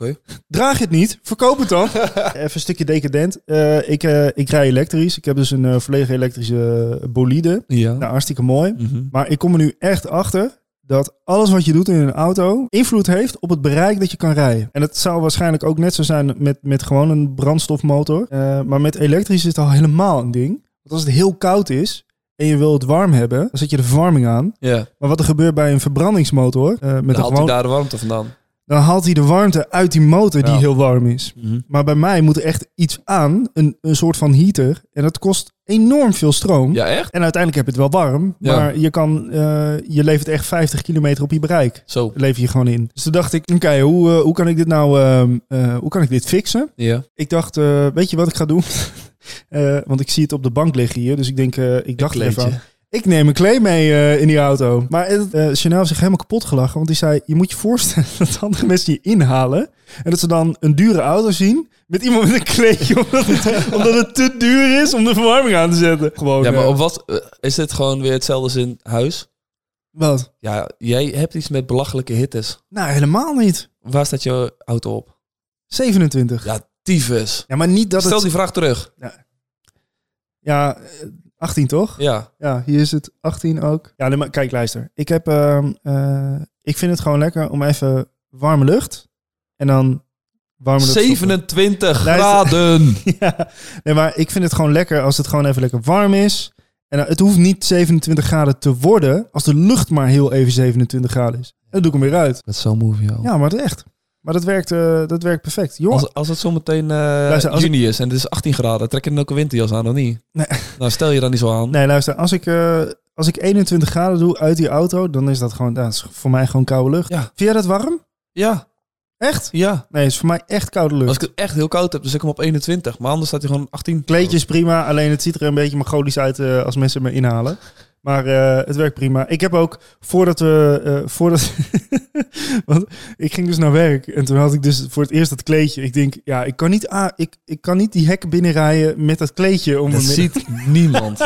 B: Oké.
A: Draag het niet, verkoop het
B: *laughs*
A: dan. Even een stukje decadent. Eh, ik, eh, ik rij elektrisch. Ik heb dus een eh volledige elektrische bolide.
B: Ja.
A: Nou, hartstikke mooi.
B: Mhm.
A: Maar ik kom er nu echt achter dat alles wat je doet in een auto invloed heeft op het bereik dat je kan rijden. En dat zou waarschijnlijk ook net zo zijn met, met gewoon een brandstofmotor. Eh, maar met elektrisch is het al helemaal een ding. Want als het heel koud is en je wil het warm hebben, dan zet je de verwarming aan.
B: Ja. Dan
A: Maar wat er gebeurt bij een verbrandingsmotor, eh, met een
B: haalt hij
A: gewoon,
B: daar de warmte vandaan.
A: dan haalt hij de warmte uit die motor die
B: Ja.
A: heel warm is.
B: Mhm.
A: Maar bij mij moet er echt iets aan, een, een soort van heater. En dat kost enorm veel stroom.
B: Ja, echt?
A: En uiteindelijk heb je het wel warm,
B: Ja.
A: maar je, kan, eh, je levert echt 50 kilometer op je bereik.
B: Zo.
A: Lever je gewoon in. Dus toen dacht ik, oké, hoe, eh, hoe kan ik dit nou, ehm, eh, hoe kan ik dit fixen?
B: Ja.
A: Ik dacht, eh, weet je wat ik ga doen? *laughs* Eh, want ik zie het op de bank liggen hier, dus ik denk, eh, ik dacht er even
B: kleedje.
A: aan. Ik neem een clay mee eh, in die auto. Maar het, eh, Chanel heeft zich helemaal kapot gelachen. Want die zei, je moet je voorstellen *laughs* dat andere mensen je inhalen. En dat ze dan een dure auto zien. Met iemand met een kleedje. *laughs* Omdat het, omdat het te duur is om de verwarming aan te zetten. Gewoon.
B: Ja, maar
A: eh,
B: op wat eh, is dit gewoon weer hetzelfde als in huis?
A: Wat?
B: Ja, jij hebt iets met belachelijke hittes.
A: Nou, helemaal niet.
B: Waar staat je auto op?
A: 27.
B: Ja, tyfus.
A: Ja, maar niet dat
B: Stel
A: het...
B: die vraag terug.
A: Ja, eh, 18 toch?
B: Ja.
A: Ja, hier is het 18 ook. Ja, nee, maar kijk, luister. Ik, heb, ehm, eh, ik vind het gewoon lekker om even warme lucht. En dan warme lucht... stoppen.
B: 27
A: Luister.
B: graden.
A: *laughs* Ja, nee, maar ik vind het gewoon lekker als het gewoon even lekker warm is. En eh, het hoeft niet 27 graden te worden als de lucht maar heel even 27 graden is. En dan doe ik hem weer uit.
B: Dat is zo'n move, joh.
A: Ja, maar het echt. Maar dat werkt, eh, dat werkt perfect. Jongen,
B: Als, als het zometeen eh,
A: Luister, als
B: juni is en het is 18 graden, trek je dan ook een winterjas aan of niet?
A: Nee.
B: Nou, stel je dan niet zo aan.
A: nee, luister. Als ik, eh, als ik 21 graden doe uit die auto, dan is dat gewoon, dat is voor mij gewoon koude lucht.
B: Ja.
A: Vind jij dat warm?
B: Ja,
A: Echt?
B: ja.
A: Nee, het is voor mij echt koude lucht.
B: Als ik het echt heel koud heb, dan zet ik hem op 21. Maar anders staat hij gewoon 18.
A: Kleedje is prima, alleen het ziet er een beetje magolisch uit eh, als mensen me inhalen. Maar eh, het werkt prima. Ik heb ook, voordat we... eh, voordat, *laughs* want ik ging dus naar werk en toen had ik dus voor het eerst dat kleedje. Ik denk, ja, ik kan niet, ah, ik, ik kan niet die hekken binnenrijden met dat kleedje. Om
B: Dat
A: me midden- *laughs*
B: ziet niemand.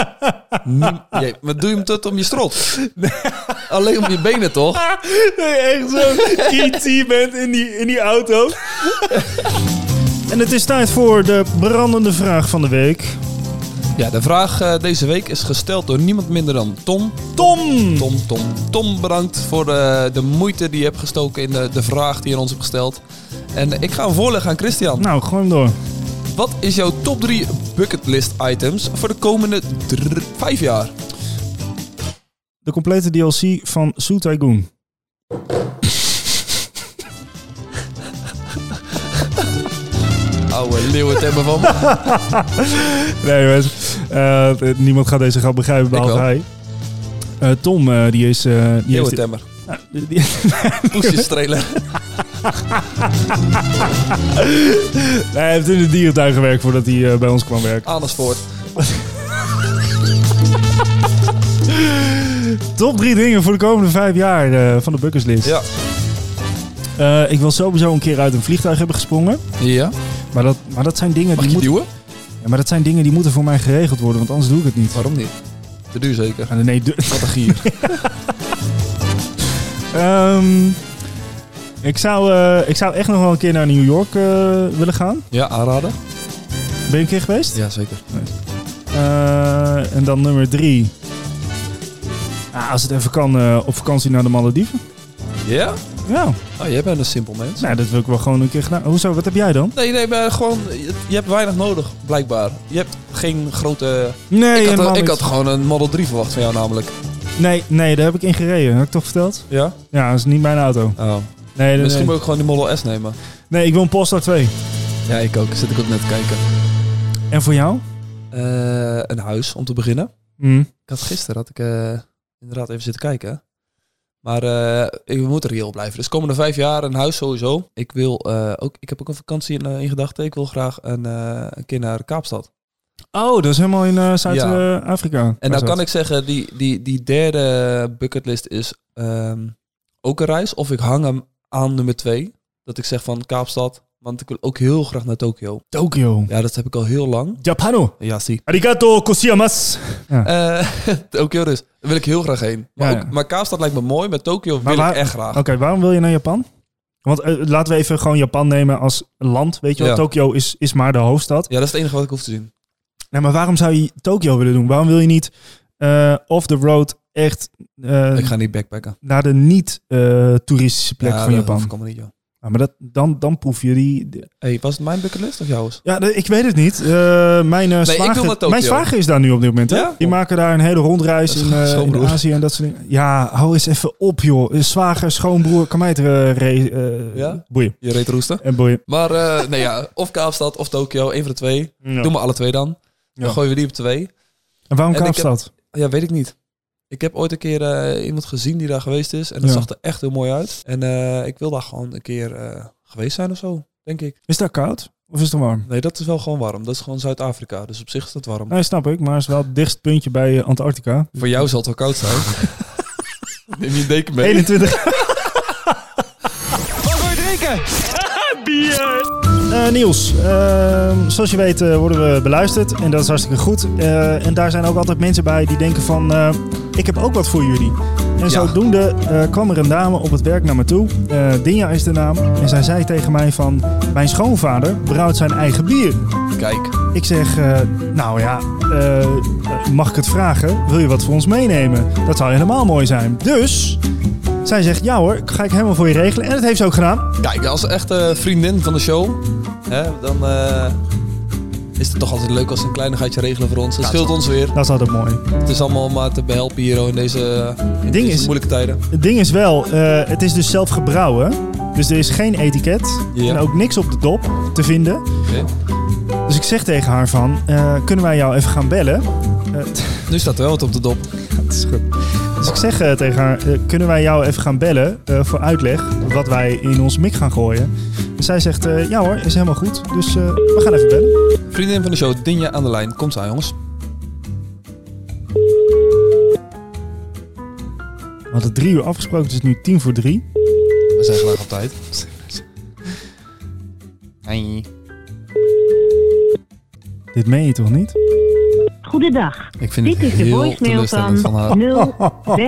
B: Niem- Jee, maar doe je hem tot om je strot? Alleen om je benen, toch?
A: Dat je echt zo'n E.T. bent in die, in die
B: *laughs*
A: auto. en het is tijd voor de brandende vraag van de week.
B: Ja, de vraag eh, deze week is gesteld door niemand minder dan Tom.
A: Hm. Tom!
B: Tom, Tom, Tom, bedankt voor eh, de moeite die je hebt gestoken in de, de vraag die je ons hebt gesteld. En ik ga hem voorleggen aan Christian.
A: Nou, gooi hem door.
B: Wat is jouw top 3 bucketlist items voor de komende 5 jaar?
A: De complete DLC van Soo Goon.
B: Oude leeuwen hebben van me.
A: eh, Nee, mensen. Eh, niemand gaat deze grap begrijpen, behalve
B: wel.
A: hij. Eh, Tom, eh, die is... eh die heeft,
B: *laughs* Leeuwentemmer.
A: Ah, *laughs* die- die-
B: Poesjes strelen.
A: hij heeft in de dierentuin gewerkt voordat hij eh, bij ons kwam werken.
B: *laughs* Amersfoort.
A: Top drie dingen voor de komende vijf jaar eh, van de bucketlist.
B: Ja.
A: Eh, ik wil sowieso een keer uit een vliegtuig hebben gesprongen.
B: Ja.
A: Maar dat, maar dat zijn dingen
B: Mag
A: die
B: je
A: moeten...
B: duwen?
A: Ja, maar dat zijn dingen die moeten voor mij geregeld worden, want anders doe ik het niet.
B: Waarom niet? Te duur zeker.
A: Ah, nee, de- *laughs*
B: Wat een gier.
A: Ehm, ik, zou, eh, ik zou echt nog wel een keer naar New York eh, willen gaan.
B: Ja, aanraden?
A: Ben je een keer geweest?
B: Ja, zeker.
A: Eh, en dan nummer drie. Ah, als het even kan, eh, op vakantie naar de Malediven.
B: Ja?
A: Ja,
B: Oh, jij bent een simpel mens.
A: nou, dat wil ik wel gewoon een keer gedaan. Hoezo, wat heb jij dan?
B: Nee, nee, maar gewoon, je, je hebt weinig nodig, blijkbaar. Je hebt geen grote...
A: Nee,
B: ik,
A: helemaal
B: had, ik
A: niet.
B: had gewoon een Model 3 verwacht van jou namelijk.
A: nee, nee, daar heb ik in gereden. Heb ik toch verteld?
B: Ja?
A: Ja, dat is niet mijn auto.
B: Oh.
A: Nee, nee,
B: Misschien
A: nee.
B: moet ik gewoon die Model S nemen.
A: nee ik wil een Polestar 2.
B: Ja, ik ook. Zit ik ook net te kijken.
A: En voor jou?
B: Eh, een huis, om te beginnen.
A: Hm.
B: Ik had gisteren, had ik eh, inderdaad even zitten kijken. Maar eh ik moet reëel blijven. Dus komende vijf jaar een huis sowieso. Ik, wil, eh, ook, ik heb ook een vakantie in, eh, in gedachten. Ik wil graag een, eh, een keer naar Kaapstad.
A: Oh, dat is helemaal in eh, Zuid-Afrika.
B: En dan kan ik zeggen, die, die, die derde bucketlist is ehm, ook een reis. Of ik hang hem aan nummer twee. Dat ik zeg van Kaapstad, want ik wil ook heel graag naar Tokio.
A: Tokio.
B: Ja, dat heb ik al heel lang.
A: Japano.
B: Ja, zie.
A: Arigato kosiyamas.
B: Eh, *laughs* Tokio dus. Daar wil ik heel graag heen. Maar,
A: Ja,
B: ook,
A: ja.
B: maar Kaapstad lijkt me mooi, maar Tokio
A: Maar
B: wil
A: waar-
B: ik echt graag.
A: Oké, waarom wil je naar Japan? Want eh, laten we even gewoon Japan nemen als land. Weet je wel,
B: Ja.
A: Tokio is, is maar de hoofdstad.
B: Ja, dat is het enige wat ik hoef te zien.
A: Nee, maar waarom zou je Tokio willen doen? Waarom wil je niet eh, off the road echt eh,
B: Ik ga niet backpacken.
A: naar de niet-toeristische plek van Japan?
B: Kom niet, joh.
A: Ja, maar dat, dan, dan proef je die... de-
B: Hey, was het mijn bucketlist of jouw?
A: Ja, nee, ik weet het niet. Eh, mijn, eh
B: wil
A: zwager,
B: naar Tokio.
A: mijn zwager is daar nu op dit moment. Hè?
B: Ja?
A: Die maken daar een hele rondreis in, eh, in
B: Schoonbroer.
A: Azië en dat soort dingen. Ja, hou eens even op, joh. Zwager, schoonbroer, kan mij het eh, re- eh,
B: Ja?
A: boeien.
B: Je reet roesten.
A: En boeien.
B: Maar eh, nee, ja, of Kaapstad of Tokio, één van de twee.
A: Ja.
B: Doe maar alle twee dan. Dan
A: Ja.
B: gooien we die op twee.
A: En waarom
B: En ik heb-
A: Kaapstad?
B: Ja, weet ik niet. Ik heb ooit een keer eh, iemand gezien die daar geweest is. En dat
A: Ja.
B: zag er echt heel mooi uit. En eh, ik wil daar gewoon een keer eh, geweest zijn of zo, denk ik.
A: Is daar koud? Of is het warm?
B: Nee, dat is wel gewoon warm. Dat is gewoon Zuid-Afrika. Dus op zich is dat warm.
A: Nee, snap ik. Maar het is wel het dichtst puntje bij eh, Antarctica.
B: Voor jou zal het wel koud zijn. *laughs* Neem je een deken mee.
A: 21. Wat wil je drinken? Bier. Eh, Niels, ehm, zoals je weet eh, worden we beluisterd en dat is hartstikke goed. Eh, en daar zijn ook altijd mensen bij die denken van, eh, ik heb ook wat voor jullie. En zodoende eh, kwam er een dame op het werk naar me toe, Eh Dinja is de naam. En zij zei tegen mij van, mijn schoonvader brouwt zijn eigen bier.
B: Kijk.
A: Ik zeg, eh, nou ja, eh, mag ik het vragen? Wil je wat voor ons meenemen? Dat zou helemaal mooi zijn. Dus, zij zegt, ja hoor, ga ik helemaal voor je regelen. En dat heeft ze ook gedaan.
B: Kijk, als echte vriendin van de show, hè, dan eh, is het toch altijd leuk als ze een kleinigheidje regelen voor ons. Het scheelt ons weer.
A: Dat is altijd mooi.
B: Het is allemaal maar te behelpen hier oh, in deze, in
A: ding
B: deze
A: is-
B: moeilijke tijden.
A: Het ding is wel, eh, het is dus zelf gebrouwen. Dus er is geen etiket
B: Ja.
A: en ook niks op de dop te vinden.
B: Oké.
A: Dus ik zeg tegen haar van, eh, kunnen wij jou even gaan bellen? Eh,
B: Nu staat er wel wat op de dop.
A: Het is goed. Dus ik zeg eh, tegen haar, eh, kunnen wij jou even gaan bellen eh, voor uitleg wat wij in ons mik gaan gooien? En zij zegt, eh, ja hoor, is helemaal goed. Dus eh, we gaan even bellen.
B: Vriendin van de show, Dinja aan de lijn. Komt aan, jongens.
A: We hadden drie uur afgesproken, het is nu tien voor drie.
B: We zijn graag op tijd. Hey.
A: Dit meen je toch niet?
E: Goedendag.
B: Ik vind
E: Dit
B: het
E: is de
B: heel
E: voicemail
B: teleurstellend
E: van
B: van haar. *laughs*
E: 0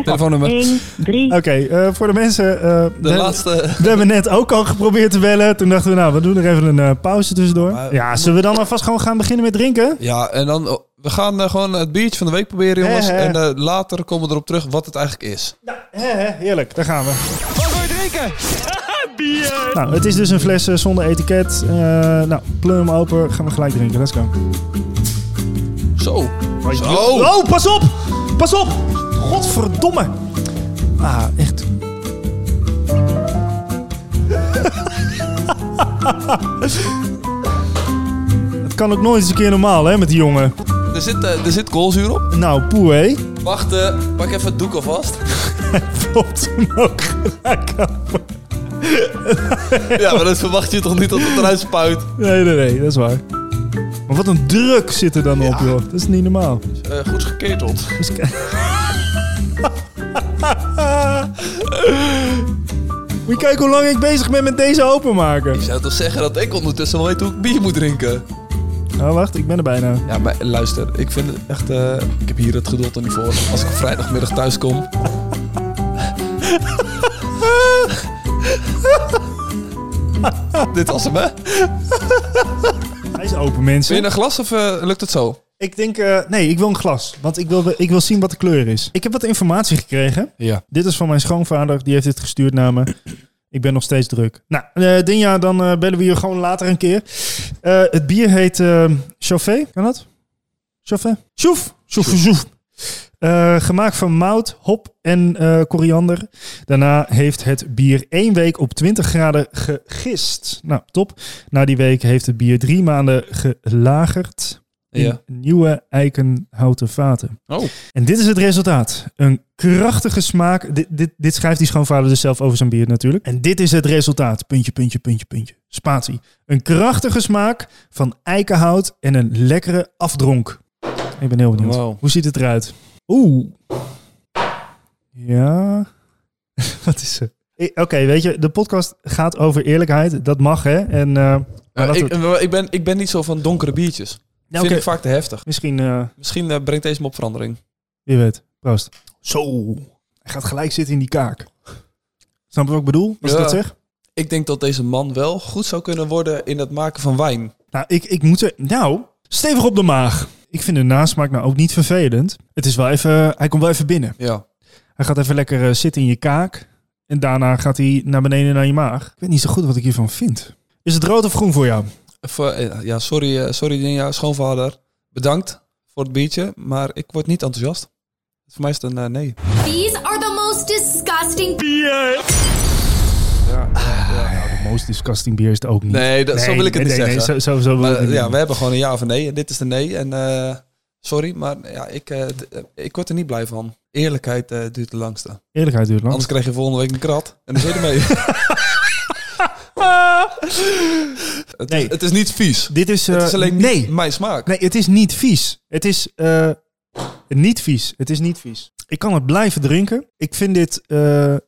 B: Telefoonnummer.
E: 1 3
A: Oké, eh, voor de mensen. eh, we,
B: De
A: hebben-
B: laatste. eh,
A: we hebben net ook al geprobeerd te bellen. Toen dachten we, nou, we doen er even een eh, pauze tussendoor.
B: Maar-
A: ja, zullen we dan alvast gewoon gaan beginnen met drinken?
B: Ja, en dan... oh, we gaan eh, gewoon het biertje van de week proberen, jongens.
A: Hè, hè.
B: En eh, later komen we erop terug wat het eigenlijk is.
A: Hè, hè, heerlijk, daar gaan we. Wat wil je drinken? Bier! Nou, het is dus een fles eh, zonder etiket. Eh, nou, pleur hem open. Gaan we gelijk drinken, let's go.
B: Zo. Zo.
A: Oh, pas op! Pas op! Godverdomme! Ah, echt. *laughs* Het kan ook nooit eens een keer normaal, hè, met die jongen.
B: Er zit, eh, er zit koolzuur op.
A: *laughs* Nou, poeh, hé.
B: Wachten, eh, pak even het doek alvast.
A: Klopt hem ook gelijk af.
B: *laughs* Ja, maar dat verwacht je toch niet dat het eruit spuit.
A: Nee, nee, nee, dat is waar. Maar wat een druk zit er dan op, joh. Dat is niet normaal.
B: Eh, goed geketeld.
A: Dus k- *laughs* Moet je kijken hoe lang ik bezig ben met deze openmaken.
B: Ik zou toch zeggen dat ik ondertussen wel weet hoe ik bier moet drinken.
A: Oh, wacht, ik ben er bijna.
B: Ja, maar luister, ik vind het echt... eh, ik heb hier het geduld er niet voor. Als ik op vrijdagmiddag thuis kom... Dit was hem, hè?
A: Hij is open,
B: Wil je
A: mensen.
B: een glas of eh, lukt het zo?
A: Ik denk, eh, nee, ik wil een glas. Want ik wil, ik wil zien wat de kleur is. Ik heb wat informatie gekregen.
B: Ja.
A: Dit is van mijn schoonvader. Die heeft dit gestuurd naar me. Ik ben nog steeds druk. Nou, eh, Dinja, dan eh, bellen we je gewoon later een keer. Eh, het bier heet eh Chauffé. Kan dat? Chauffé? Chouf. Chouf. Chouf. Eh, gemaakt van mout, hop en eh, koriander. Daarna heeft het bier één week op 20 graden gegist. Nou, top. Na die week heeft het bier drie maanden gelagerd in
B: Ja.
A: nieuwe eikenhouten vaten.
B: Oh.
A: En dit is het resultaat. Een krachtige smaak. Dit, dit, dit schrijft die schoonvader dus zelf over zijn bier natuurlijk. En dit is het resultaat. Puntje, puntje, puntje, puntje. Spatie. Een krachtige smaak van eikenhout en een lekkere afdronk. Ik ben heel benieuwd.
B: Wow.
A: Hoe ziet het eruit? Oeh. Ja. *laughs* Wat is er? Eh, Oké, weet je, de podcast gaat over eerlijkheid. Dat mag, hè? En, eh, maar laten
B: ik,
A: we-
B: eh, ik, ben, ik ben niet zo van donkere biertjes.
A: Nou,
B: Vind
A: oké.
B: ik vaak te heftig.
A: Misschien... eh,
B: Misschien eh, brengt deze me op verandering.
A: Wie weet. Proost. Zo. Hij gaat gelijk zitten in die kaak. Snap je wat ik bedoel? Als
B: Ja.
A: ik dat zeg?
B: Ik denk dat deze man wel goed zou kunnen worden in het maken van wijn.
A: Nou, ik, ik moet er... Nou, stevig op de maag. Ik vind de nasmaak nou ook niet vervelend. Het is wel even... Hij komt wel even binnen.
B: Ja.
A: Hij gaat even lekker eh, zitten in je kaak. En daarna gaat hij naar beneden naar je maag. Ik weet niet zo goed wat ik hiervan vind. Is het rood of groen voor jou?
B: Of, eh, ja, sorry, eh, sorry Dinja, schoonvader. Bedankt voor het biertje, maar ik word niet enthousiast. Voor mij is het een eh, nee.
F: These are the most disgusting
A: Nou, de most disgusting bier is het ook niet.
B: Nee, dat, zo wil ik het
A: nee,
B: niet
A: nee,
B: zeggen.
A: nee, zo, zo, zo wil ik
B: maar,
A: het niet.
B: ja, we hebben gewoon een ja of een nee. En dit is de nee. En eh, sorry, maar ja, ik, eh, d- eh, ik word er niet blij van. Eerlijkheid eh, duurt de langste.
A: Eerlijkheid duurt lang.
B: Anders krijg je volgende week een krat. En dan zit je ermee. *laughs* het,
A: Nee.
B: is, het is niet vies.
A: Ah! Dit is...
B: het
A: eh,
B: is alleen niet
A: nee.
B: mijn smaak.
A: Nee, het is niet vies. Het is eh, niet vies. Het is niet vies. Ik kan het blijven drinken. Ik vind dit, eh,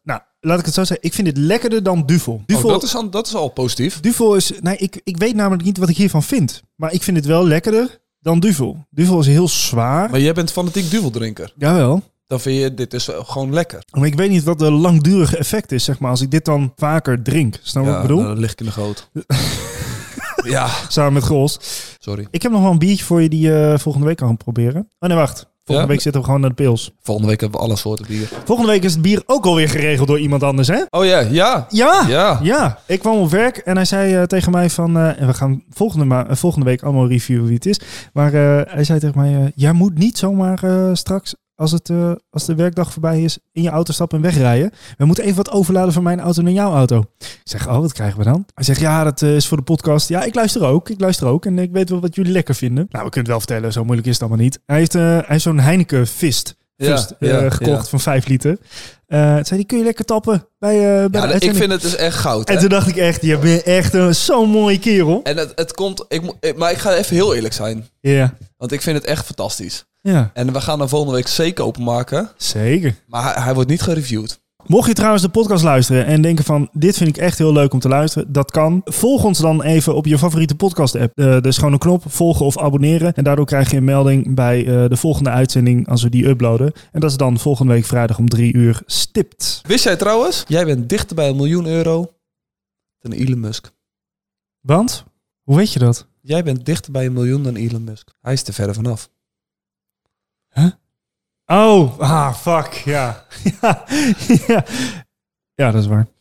A: nou, laat ik het zo zeggen. Ik vind dit lekkerder dan duvel.
B: Oh,
A: Duvel,
B: dat, is al, dat is al positief.
A: duvel is, nee, ik, ik weet namelijk niet wat ik hiervan vind. Maar ik vind het wel lekkerder dan duvel. Duvel is heel zwaar.
B: Maar jij bent fanatiek duveldrinker.
A: Jawel.
B: Dan vind je dit dus wel gewoon lekker.
A: Maar ik weet niet wat de langdurige effect is, zeg maar. Als ik dit dan vaker drink. Snap je wat ik bedoel?
B: nou, dan lig ik in de
A: *laughs*
B: goot. ja,
A: Samen met Gols.
B: sorry.
A: Ik heb nog wel een biertje voor je die je volgende week kan proberen. Oh nee, wacht. Volgende
B: Ja?
A: week zitten we gewoon naar de pils.
B: Volgende week hebben we alle soorten bier.
A: Volgende week is het bier ook alweer geregeld door iemand anders, hè?
B: Oh ja, ja.
A: Ja!
B: Ja.
A: Ja, ik kwam op werk en hij zei eh, tegen mij van... eh, en we gaan volgende, ma- eh, volgende week allemaal reviewen wie het is. Maar eh, hij zei tegen mij... eh, jij moet niet zomaar eh, straks, als, het, eh, als de werkdag voorbij is... in je auto stappen en wegrijden. We moeten even wat overladen van mijn auto naar jouw auto. Ik zeg, oh, wat krijgen we dan? Hij zegt, ja, dat eh, is voor de podcast. Ja, ik luister ook. Ik luister ook. En ik weet wel wat jullie lekker vinden. Nou, we kunnen het wel vertellen. Zo moeilijk is het allemaal niet. Hij heeft, eh, hij heeft zo'n Heineken Fist...
B: Ja,
A: Fist, eh,
B: ja,
A: gekocht van 5 liter. Eh, toen zei die kun je lekker tappen bij, eh, bij
B: Ja,
A: de
B: ik
A: uitzending.
B: vind het dus echt goud. hè.
A: En toen dacht ik echt, je bent echt een- zo'n mooie kerel.
B: En het, het komt... Ik, moet- ik- maar ik ga even heel eerlijk zijn.
A: Ja.
B: Want ik vind het echt fantastisch.
A: Ja,
B: En we gaan hem volgende week zeker openmaken.
A: zeker.
B: Maar hij, hij wordt niet gereviewd.
A: Mocht je trouwens de podcast luisteren en denken van... dit vind ik echt heel leuk om te luisteren, dat kan. Volg ons dan even op je favoriete podcast-app. Eh, er is gewoon een knop, volgen of abonneren. En daardoor krijg je een melding bij eh, de volgende uitzending als we die uploaden. En dat is dan volgende week vrijdag om drie uur stipt.
B: Wist jij trouwens? Jij bent dichter bij een miljoen euro dan Elon Musk.
A: Want, hoe weet je dat?
B: Jij bent dichter bij een miljoen dan Elon Musk. Hij is te verder vanaf.
A: *laughs* Oh, ah, fuck, ja. ja, ja. Ja, dat is waar.